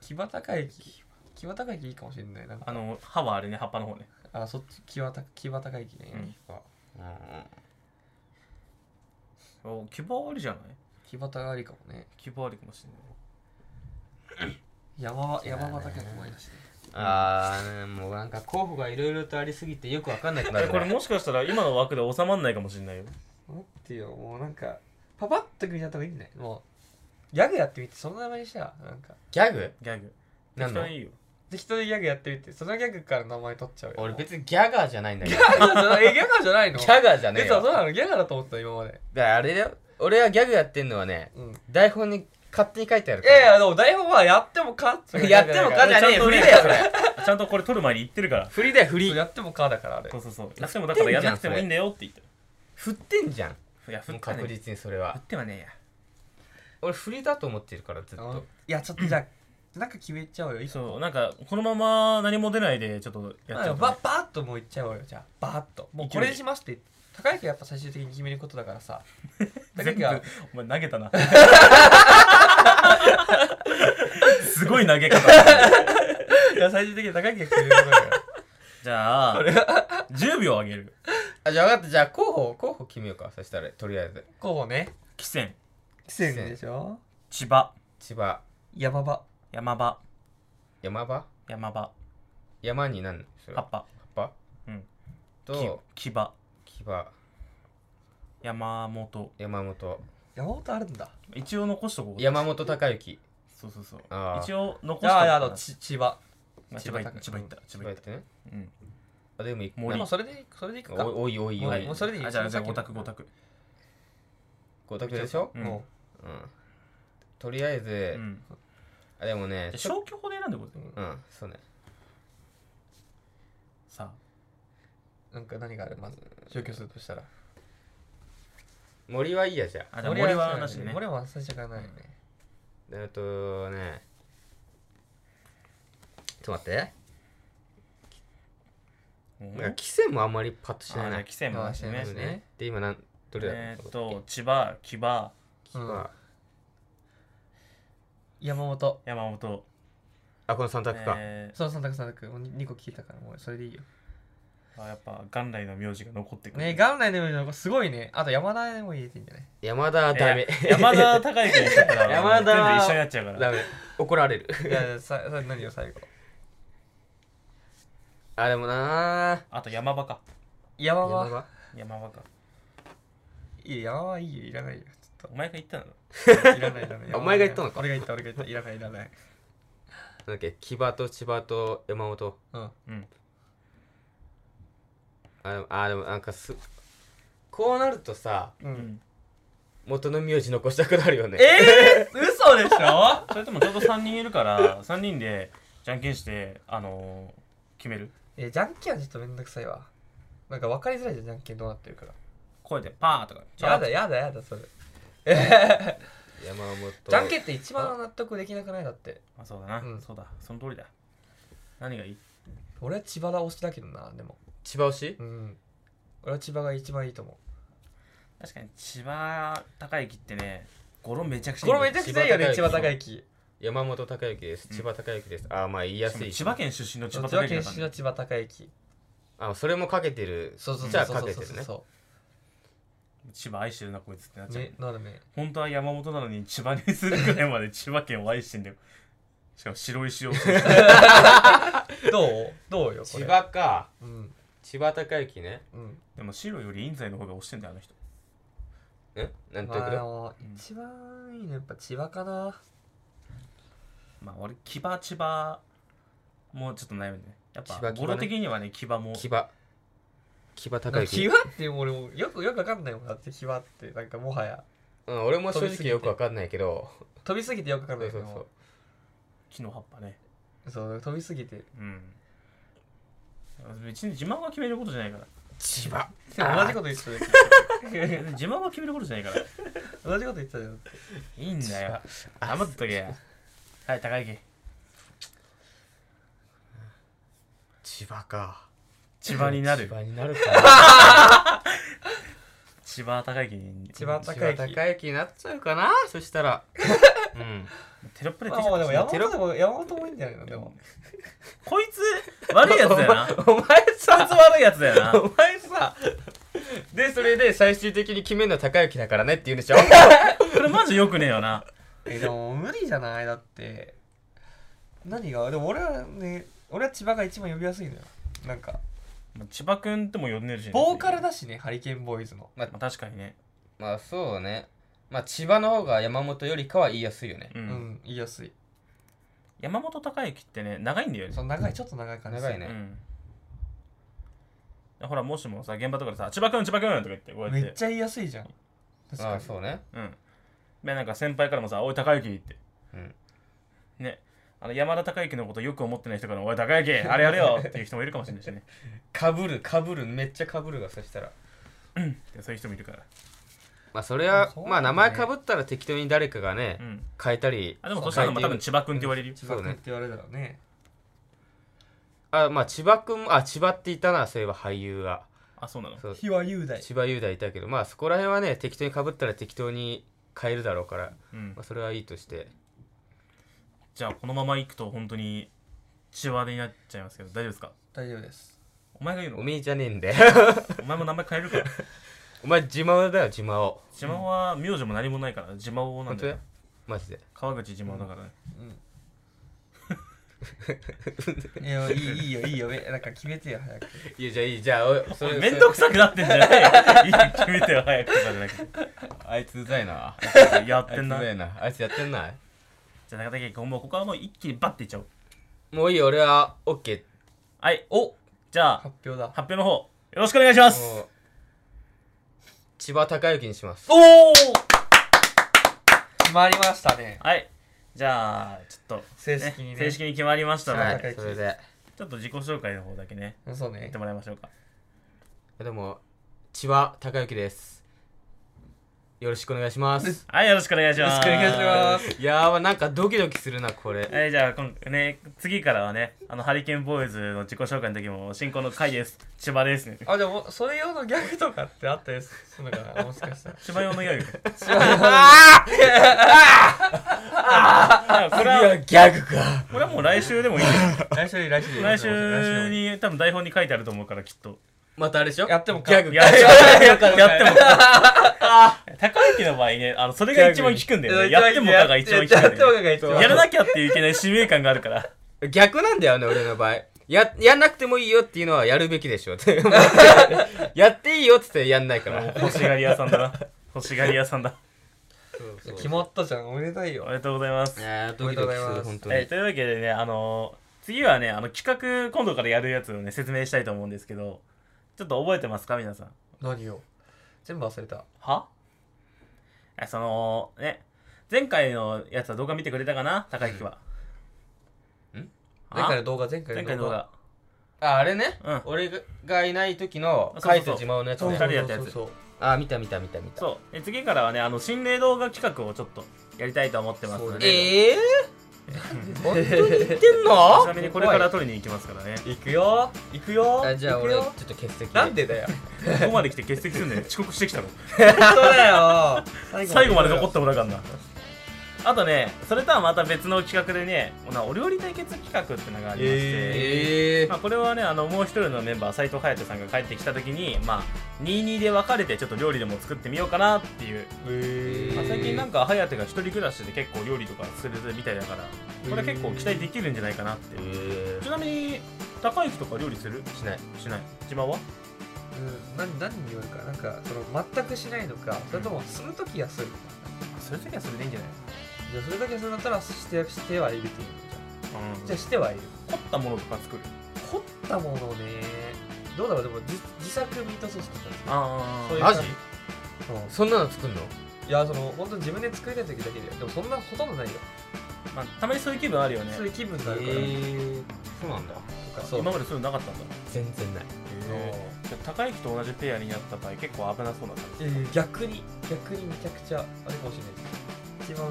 Speaker 3: 木場高之木場高之いいかもしれないなんか
Speaker 1: あの歯はあれね葉っぱの方ね
Speaker 3: あそっち木場た木場高之
Speaker 1: う
Speaker 3: ね
Speaker 1: ん
Speaker 2: うんうん
Speaker 1: お騎馬ありじゃない
Speaker 3: 木場高りかもね
Speaker 1: 騎馬ありかもしれない
Speaker 3: 山は山場高之もいいしね
Speaker 2: あーもうなんか候補がいろいろとありすぎてよくわかんなくな
Speaker 1: え
Speaker 2: る *laughs*
Speaker 1: これもしかしたら今の枠で収まんないかもしれないよ
Speaker 3: 待ってよもうなんかパパッと組み立てた方がいいんじゃないもうギャグやってみてその名前にしたらなんか
Speaker 2: ギャグ
Speaker 1: ギャグ
Speaker 2: なん
Speaker 1: 適
Speaker 2: の
Speaker 1: 当にいいよ
Speaker 3: 適当にギャグやってみてそのギャグから名前取っちゃうよ
Speaker 2: 俺
Speaker 3: 別
Speaker 2: 別にギャガーじゃないんだけど
Speaker 3: *laughs* ギャグじゃないえギャガーじゃないの
Speaker 2: ギャガーじゃねえ
Speaker 3: 別は
Speaker 2: よ
Speaker 3: そ
Speaker 2: だ
Speaker 3: う
Speaker 2: か
Speaker 3: なのギャガーだと思ってた今まで
Speaker 2: らあれだよ俺はギャグやってんのはね
Speaker 3: うん
Speaker 2: 台本に勝手に書いてある
Speaker 3: い
Speaker 2: から
Speaker 3: やいやでも台本はやってもかそれ
Speaker 2: やってもかじゃねえ
Speaker 1: ちゃん
Speaker 2: よ
Speaker 1: と
Speaker 2: 振
Speaker 1: ね
Speaker 2: りだよそれ
Speaker 1: *laughs* ちゃんとこれ撮る前に言ってるから
Speaker 2: 振りだよ振り
Speaker 3: やってもかだからあれ
Speaker 1: そうそうそういつでもだからやんなくてもいいんだよって言って
Speaker 2: 振ってんじゃん
Speaker 1: いや振
Speaker 2: も
Speaker 1: っ
Speaker 2: う
Speaker 1: たね
Speaker 2: 確実にそれは
Speaker 1: ってはねえや
Speaker 2: 俺振りだと思ってるからずっ
Speaker 3: うん
Speaker 2: と
Speaker 3: いやちょっとじゃあなんか決めちゃおうよいい
Speaker 1: そうなんかこのまま何も出ないでちょっとやっちゃ
Speaker 3: バ
Speaker 1: う
Speaker 3: ッ
Speaker 1: とね
Speaker 3: バッッともういっちゃおうよじゃあバーッともうこれにしますって高雪やっぱ最終的に決めることだからさ高
Speaker 1: 全部
Speaker 3: 雪が
Speaker 1: お前投げたな *laughs* すごい投げ方
Speaker 3: いや最終的に高雪が決めることだから
Speaker 1: じゃあ10秒あげる
Speaker 2: あじゃあ分かったじゃあ候補候補決めようかそしたらとりあえず
Speaker 3: 候補ね
Speaker 1: 汽船
Speaker 3: 棋戦でしょ
Speaker 1: 千葉
Speaker 2: 千葉
Speaker 3: 山場
Speaker 1: 山場
Speaker 2: 山場
Speaker 1: 山場
Speaker 2: 山になんのそれ
Speaker 1: 葉
Speaker 2: は
Speaker 1: っぱ
Speaker 2: 葉っぱ
Speaker 1: うん
Speaker 2: と
Speaker 1: き木場
Speaker 2: 木場
Speaker 1: 山本
Speaker 2: 山本
Speaker 3: 山本あるんだ
Speaker 1: 一応残しとこう
Speaker 2: 山本隆之
Speaker 1: そうそうそう
Speaker 2: あー
Speaker 1: 一応残しとこう
Speaker 3: いやいやあのち千葉
Speaker 1: まあ千葉行っ
Speaker 3: 千葉
Speaker 1: た千葉行った千葉
Speaker 2: こう
Speaker 1: 行
Speaker 2: や
Speaker 1: っ
Speaker 2: ったてね
Speaker 1: うん
Speaker 2: あでもい
Speaker 1: 森
Speaker 3: もうそれでそれでいくか
Speaker 2: おおいおいお
Speaker 3: はいもうそれでいい
Speaker 1: あじゃあじゃあ
Speaker 3: その
Speaker 1: 五
Speaker 3: 先
Speaker 1: 択五択
Speaker 2: 五択でしょ
Speaker 1: う
Speaker 3: もうん
Speaker 2: うんとりあえ
Speaker 1: う
Speaker 2: ず
Speaker 1: ん
Speaker 2: あでもね
Speaker 1: じゃあ
Speaker 2: ちょ
Speaker 1: 消去法で選んでください
Speaker 2: うんそうね
Speaker 1: さあ
Speaker 3: なんか何があるまず消去するとしたら
Speaker 2: 森はいいやじゃあ
Speaker 1: あじゃあ森はなしでね
Speaker 3: 森は最初からないよね
Speaker 2: えっとねちょっと待って
Speaker 1: うん
Speaker 2: なんか規制もあんまりパッとしな
Speaker 1: あ
Speaker 2: い
Speaker 1: じゃ
Speaker 2: な
Speaker 1: あ汽船もなしで
Speaker 3: あ
Speaker 1: ね
Speaker 3: しないね
Speaker 2: で今なんどれだ
Speaker 1: えーっと千葉木場
Speaker 2: 木場
Speaker 3: 山本
Speaker 1: 山本
Speaker 2: あこの三択か
Speaker 1: え
Speaker 3: そう三択三択もう2個聞いたからもうそれでいいよ
Speaker 1: ーあやっぱ元来の名字が残ってくる
Speaker 3: ね元来のよりすごいねあと山田でも入れていいんじゃない
Speaker 2: 山田はダメ
Speaker 1: いや山田孝之にしちゃったら
Speaker 3: *laughs*
Speaker 2: 山田は
Speaker 1: 全部一緒になっちゃうから
Speaker 2: *laughs* ダメ怒られる
Speaker 3: いやいやささ何よ最後
Speaker 2: あでもなー
Speaker 1: あと山場か
Speaker 3: 山
Speaker 2: 山
Speaker 3: 場
Speaker 2: 場
Speaker 1: 山場か
Speaker 3: いいよ山場はいいよいらないよちょ
Speaker 1: お前が言ったの
Speaker 3: っといらないいらない
Speaker 2: お前が言ったのか
Speaker 3: 俺が言った俺が言ったいらないいらない
Speaker 2: なんだっけ木場と千葉と山本
Speaker 3: うん
Speaker 1: うん
Speaker 2: あでもあでもなんかすこうなるとさ
Speaker 3: う
Speaker 1: うんん
Speaker 2: 元の名字残したくなるよね
Speaker 3: えー、嘘でしょ
Speaker 1: それともちょうど3人いるから3人でじゃんけんしてあのー決める
Speaker 3: えじゃんけんはちょっとめんどくさいわなんか分かりづらいじゃんじゃんけんどうなってるから
Speaker 1: 声でパーとか
Speaker 3: やだやだやだそれ
Speaker 2: 山本
Speaker 3: じゃんけんって一番納得できなくないだって
Speaker 1: あそうだな、
Speaker 3: うん
Speaker 1: そうだその通りだ何がいい
Speaker 3: 俺は千葉推しだけどなでも
Speaker 2: 千葉推し
Speaker 3: うん俺は千葉が一番いいと思
Speaker 1: 確かに千葉高之ってね語呂めちゃくちゃ
Speaker 3: う
Speaker 1: いい
Speaker 3: これめちゃくちゃいいよね千
Speaker 2: 千
Speaker 3: 葉
Speaker 2: 葉
Speaker 3: 高
Speaker 2: 高
Speaker 3: 之
Speaker 2: 山本孝之です
Speaker 1: うん
Speaker 2: 千葉孝之ですあまあ言いや
Speaker 1: しか
Speaker 2: す
Speaker 1: も
Speaker 2: い
Speaker 1: 千葉県出身の千
Speaker 3: 千
Speaker 1: 葉
Speaker 3: 葉
Speaker 1: 高之
Speaker 3: 県
Speaker 1: だか
Speaker 3: 出身
Speaker 1: ら
Speaker 3: の
Speaker 1: ね
Speaker 3: 千葉高之
Speaker 2: あそれもかけてる
Speaker 3: そうそう
Speaker 2: じ
Speaker 3: そ
Speaker 2: ゃ
Speaker 3: う
Speaker 2: あ
Speaker 3: そう
Speaker 2: か
Speaker 3: そう
Speaker 2: け
Speaker 3: そ
Speaker 2: て
Speaker 3: う
Speaker 2: るね
Speaker 3: そ
Speaker 1: 千葉愛してるなこいつってなっ
Speaker 3: う
Speaker 1: ちゃう、
Speaker 3: ねなるね
Speaker 1: 本当は山本なのに千葉にするぐらいまで千葉県を愛してんだよしかも白石を
Speaker 3: *laughs* どうどうよこれ
Speaker 2: 千葉か
Speaker 3: うん
Speaker 2: 千葉孝之ね
Speaker 3: うん
Speaker 1: でも白より印西の方が推してんだよあの人
Speaker 2: うんなんて
Speaker 3: まあ
Speaker 2: い
Speaker 3: で
Speaker 2: うこ
Speaker 3: も一番いいのやっぱ千葉かな
Speaker 1: まあ俺木場千葉もちょっと悩むねやっ
Speaker 2: 千
Speaker 1: ぱ
Speaker 2: 葉木場
Speaker 1: 語
Speaker 2: ね
Speaker 1: 呂的にはね木場も
Speaker 2: と木場木場孝
Speaker 3: 千
Speaker 2: 之
Speaker 3: 葉って俺もよくよくわかんないもんだって千葉ってなんかもはや
Speaker 2: うん俺も正
Speaker 3: 飛びすぎて
Speaker 2: 直よくわかんないけど
Speaker 3: 飛びすぎてよくわかん
Speaker 2: そうそ
Speaker 3: ないけ
Speaker 2: う
Speaker 3: ど
Speaker 2: そう
Speaker 1: 木の葉っぱね
Speaker 3: そう飛びすぎて
Speaker 1: うん別に自慢が決めることじゃないから *laughs*
Speaker 2: 千葉
Speaker 3: 同
Speaker 2: あー
Speaker 3: じこと言ってたよ
Speaker 1: 自慢が決めることじゃないから
Speaker 3: 同じこと言ってたよ
Speaker 1: いいんだよ黙ってとけはい高木
Speaker 2: 千葉か
Speaker 1: 千葉になる
Speaker 2: 千葉になるか
Speaker 1: 千葉高木に
Speaker 3: 千葉
Speaker 2: な
Speaker 3: 高
Speaker 2: 千
Speaker 3: 之
Speaker 2: 葉孝之になっちゃうかなそしたらうん
Speaker 1: テロップで
Speaker 3: まあまあでも
Speaker 1: や
Speaker 3: 山本でも山本もいいんじゃないのでも
Speaker 1: こいつ悪いやつだよ
Speaker 3: *laughs*
Speaker 1: な
Speaker 2: お前
Speaker 1: こいつ
Speaker 2: さ
Speaker 1: 悪いやつだよな
Speaker 2: お前さでそれで最終的に決めるのは高之だからねって言うんでしょ
Speaker 1: これマジよくねえよな
Speaker 3: えでも無理じゃないだって何がでも俺はね俺は千葉が一番呼びやすいのよなんか
Speaker 1: まあ千葉くんっても呼んでるしね
Speaker 3: ボーカルだしねハリケーンボーイズの
Speaker 1: まあ確かにね
Speaker 2: まあそうねまあ千葉の方が山本よりかは言いやすいよね
Speaker 1: う、
Speaker 3: うんん、言いやすい
Speaker 1: 山本孝之ってね長いんだよね
Speaker 3: その長いちょっと長い感じする
Speaker 2: 長いね
Speaker 1: うん、ほらもしもさ現場とかでさ「千葉くん千葉くん」とか言ってこうやって
Speaker 3: めっちゃ言いやすいじゃん確
Speaker 2: あ
Speaker 3: か
Speaker 2: あ
Speaker 3: に
Speaker 2: そうね
Speaker 1: うんでなんか先輩からもさ「おい孝之」って
Speaker 2: うん
Speaker 1: ねあの山田孝之のことよく思ってない人から「おい孝之あれやれよ」っていう人もいるかもしれないしね
Speaker 2: かぶるかぶるめっちゃかぶるがそしたら
Speaker 1: でそういう人もいるから
Speaker 2: まあそれは
Speaker 3: そうだね
Speaker 2: まあ名前かぶったら適当に誰かがね
Speaker 1: うん
Speaker 2: 変えたり
Speaker 1: あでもそしたらまあ多分千葉くんって言われるよ
Speaker 3: 千葉君って言われたらね
Speaker 2: あまあ千葉君もあ千葉っていたなそういえば俳優が
Speaker 1: あそうなの
Speaker 2: そう
Speaker 3: 日は雄大
Speaker 2: 千葉雄大いたけどまあそこら辺はね適当にかぶったら適当に変えるだろうから、
Speaker 1: うん
Speaker 2: まあ、それはいいとして
Speaker 1: じゃあこのまま行くと本当に千葉でになっちゃいますけど大丈夫ですか
Speaker 3: 大丈夫です
Speaker 1: お前が言う
Speaker 2: お
Speaker 1: の
Speaker 2: めえじゃねえんで
Speaker 1: *laughs* お前も名前変える
Speaker 3: *laughs*
Speaker 1: から
Speaker 2: お前自慢だよ自慢を
Speaker 1: 自慢は名字も何もないから自慢なん
Speaker 2: 本当
Speaker 1: だよ
Speaker 2: やマジで
Speaker 1: 川口自慢だからね
Speaker 3: うんいやいいいいよいいよえなんか決めてよ早く
Speaker 2: いやじゃあいいじゃあおそ
Speaker 1: おい
Speaker 2: れ
Speaker 1: めんどくさくなってんじゃね
Speaker 3: *laughs*
Speaker 1: えよいい決めてよ早くとかじゃなく
Speaker 2: あいつうざいな
Speaker 1: てやっ
Speaker 2: あ
Speaker 1: て
Speaker 2: いつうん
Speaker 1: な
Speaker 2: ざ
Speaker 1: じ
Speaker 2: いなあいつやってんな
Speaker 1: ゃあ中田家今後ここはもう一気にバッていっちゃおう
Speaker 2: もういいよ俺は OK
Speaker 1: はいおじゃあ
Speaker 3: 発表だ
Speaker 1: 発表の方よろしくお願いします
Speaker 2: もう千葉孝之にします
Speaker 1: おお
Speaker 3: 決まりましたね
Speaker 1: はいじゃあちょっと
Speaker 3: 正式にね
Speaker 1: 正式に決まりましたので、
Speaker 3: は
Speaker 2: はいいそれで
Speaker 1: ちょっと自己紹介の方だけね
Speaker 3: うんそう
Speaker 1: やっ
Speaker 3: ね
Speaker 1: てもらいましょうか
Speaker 2: でも千葉孝之ですよろしくお願いします
Speaker 1: はいよろしくお願いします
Speaker 3: よろしくお願いします
Speaker 2: いやーなんかドキドキするなこれ
Speaker 1: はい、じゃあ今回ね次からはねあのハリケーンボーイズの自己紹介の時も進行の回です千葉ですね
Speaker 3: あでもそれ用のギャグとかってあったりするのかなもしかしたら
Speaker 1: 千葉用の用意
Speaker 2: あー
Speaker 1: これは
Speaker 2: ギャグか
Speaker 1: これはもう来週でもいいんで
Speaker 3: 来週でいい来週でい
Speaker 1: 来
Speaker 3: い来週
Speaker 1: 週
Speaker 3: でいい
Speaker 1: に多分台本に書いてあると思うからきっと
Speaker 2: またあれでしょ
Speaker 3: やってもか
Speaker 2: ギャグ
Speaker 1: やって
Speaker 2: ギ
Speaker 1: も
Speaker 2: ャグ
Speaker 1: やっても高之の場合ねあのそれが一番効くんだよねやってもかが一番効くん
Speaker 3: や
Speaker 1: だ
Speaker 3: っても
Speaker 1: よね
Speaker 3: かが一番
Speaker 1: やらなきゃっていういけない使命感があるから
Speaker 2: 逆なんだよね俺の場合ややんなくてもいいよっていうのはやるべき
Speaker 1: *laughs*
Speaker 2: でしょって *laughs* やっていいよってってやんないから
Speaker 1: 欲しがり屋さんだな欲しがり屋さんだ
Speaker 2: そう
Speaker 3: 決まったじゃんおめでたい
Speaker 1: お
Speaker 3: よ
Speaker 1: めでとうございます
Speaker 2: いやードキドキす
Speaker 3: おめ
Speaker 2: る
Speaker 3: でとうございます
Speaker 2: 本当に、
Speaker 1: えーというわけでね、あのー次はね、あの企画、今度からやるやつをね、説明したいと思うんですけど、ちょっと覚えてますか、皆さん。
Speaker 3: 何を全部忘れた
Speaker 1: はえその、ね、前回のやつは動画見てくれたかな、高木は。
Speaker 2: うん
Speaker 1: あ
Speaker 3: 前回の動画前回
Speaker 1: 前
Speaker 3: の
Speaker 1: 回の動画。
Speaker 2: ああれね、
Speaker 1: うん
Speaker 2: 俺がいない時の
Speaker 1: そうそう
Speaker 2: 書い
Speaker 1: そ
Speaker 2: て
Speaker 1: う
Speaker 2: 自慢のやつ
Speaker 3: そう
Speaker 1: 二
Speaker 2: ね
Speaker 1: 人でやったやつ
Speaker 3: そうそうそう
Speaker 2: あ見た見た見た見た
Speaker 1: そう。で次からはね、あの、心霊動画企画をちょっとやりたいと思ってますの
Speaker 3: そう
Speaker 1: で、
Speaker 2: ええー、本当に言ってんの
Speaker 1: ちなみにこれから撮りに行きますからね。
Speaker 3: 行くよ行くよ
Speaker 2: あじゃあ
Speaker 3: 行く
Speaker 2: 俺ちょ
Speaker 3: よ
Speaker 2: っと欠席
Speaker 3: なんでだよ
Speaker 1: ここまで来て欠席するんで、遅刻してきたの。
Speaker 3: 本当だよ
Speaker 1: 最後まで残っててもらうかんなあとねそれとはまた別の企画でねなお料理対決企画ってのがありまして、
Speaker 2: ええ
Speaker 1: まあ、これはねあのもう一人のメンバー斎藤隼人さんが帰ってきた時にまあ22で分かれてちょっと料理でも作ってみようかなっていう、
Speaker 2: ー
Speaker 1: まあ、最近なんか隼人が一人暮らしで結構料理とかするみたいだからこれ結構期待できるんじゃないかなっていうちなみに高之とか料理する
Speaker 2: しない
Speaker 1: しない自慢は
Speaker 3: うん何何に言うかなんかその全くしないのかそれともするときはするのか
Speaker 1: する時はそれでいいんじゃない
Speaker 3: じゃあそれだけするんだったらしてしてはいるっていうじゃ
Speaker 1: うんん
Speaker 3: じ
Speaker 1: じ
Speaker 3: ゃ
Speaker 1: ゃ
Speaker 3: あしてはいる
Speaker 1: あ凝ったものとか作る
Speaker 3: 凝ったものねどうだろうでも自自作ミートソースとか作
Speaker 1: あ
Speaker 3: そういう
Speaker 2: マジ
Speaker 3: る
Speaker 2: そんなの作んの
Speaker 3: うんいやその本当に自分で作りたい時だけででもそんなほとんどないよ
Speaker 1: まあ、たまにそういう気分あるよね
Speaker 3: そういう気分になるから、
Speaker 2: ー、そうなんだ
Speaker 3: とかそう
Speaker 1: 今までそういうのなかったんだ
Speaker 2: 全然ない
Speaker 1: じゃあ高い人と同じペアになった場合結構危なそうな感
Speaker 3: えー逆に逆にめちゃくちゃあれかもしれないです一番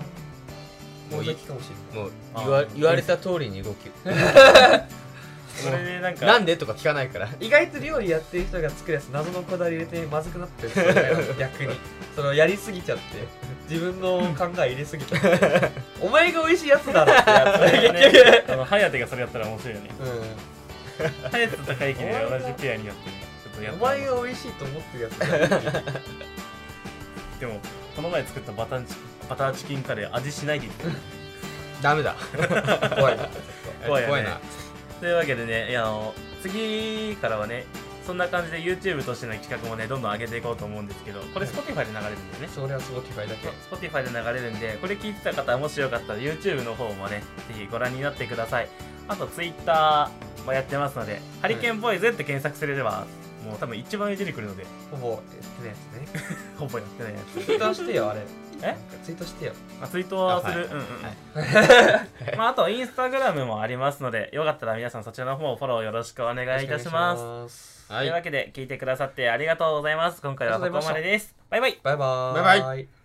Speaker 2: もういい
Speaker 3: もかもしれな
Speaker 2: も
Speaker 3: い
Speaker 2: う
Speaker 1: あー
Speaker 2: 言わ言われた通りに動 *laughs* く
Speaker 1: じそれでなんか
Speaker 2: なんでとか聞かないから
Speaker 3: 意外と料理やってる人が作るやつ謎のこだわり入れてまずくなってる人がい *laughs* る逆にそのやりすぎちゃって自分の考え入れすぎちゃって *laughs* お前が美味しいやつだろってやつ結局
Speaker 1: あの颯がそれやったら面白いよね
Speaker 3: う
Speaker 1: 颯と高いで同じペアになってねちょっとや
Speaker 3: ん、
Speaker 1: っ
Speaker 3: お
Speaker 1: た
Speaker 3: 前が美味しいと思ってるやつだろ
Speaker 1: でもこの前作ったバターチバターチキンカレー味しないで言ってた
Speaker 2: ダ *laughs* メだ
Speaker 3: 怖いな
Speaker 1: 怖いよね
Speaker 2: 怖いな
Speaker 1: というわけでねいやあの次からはねそんな感じで YouTube としての企画もねどんどん上げていこうと思うんですけどこれ Spotify で流れるんだよね
Speaker 3: それはすごい機会だけ
Speaker 1: Spotify で流れるんでこれ聞いてた方もしよかったら YouTube の方もねぜひご覧になってくださいあと Twitter もやってますので、ハリケーンボーイズって検索すればもう多分一番上に来るので
Speaker 3: ほぼやってないやつね
Speaker 1: ほぼやってないやつ
Speaker 3: ツイートしてよあれ
Speaker 1: え
Speaker 3: ツイートしてよ
Speaker 1: まあ、ツイートはする、
Speaker 2: あはい
Speaker 1: うんうんうん、 *laughs* まああとインスタグラムもありますのでよかったら皆さんそちらの方もフォローよろしくお願いいたします
Speaker 3: ます
Speaker 2: は
Speaker 1: というわ
Speaker 2: い
Speaker 1: けで聞いてくださってありがとうございます今回はここまでですバイバイ
Speaker 3: バイバーイ
Speaker 2: バイバ
Speaker 3: イ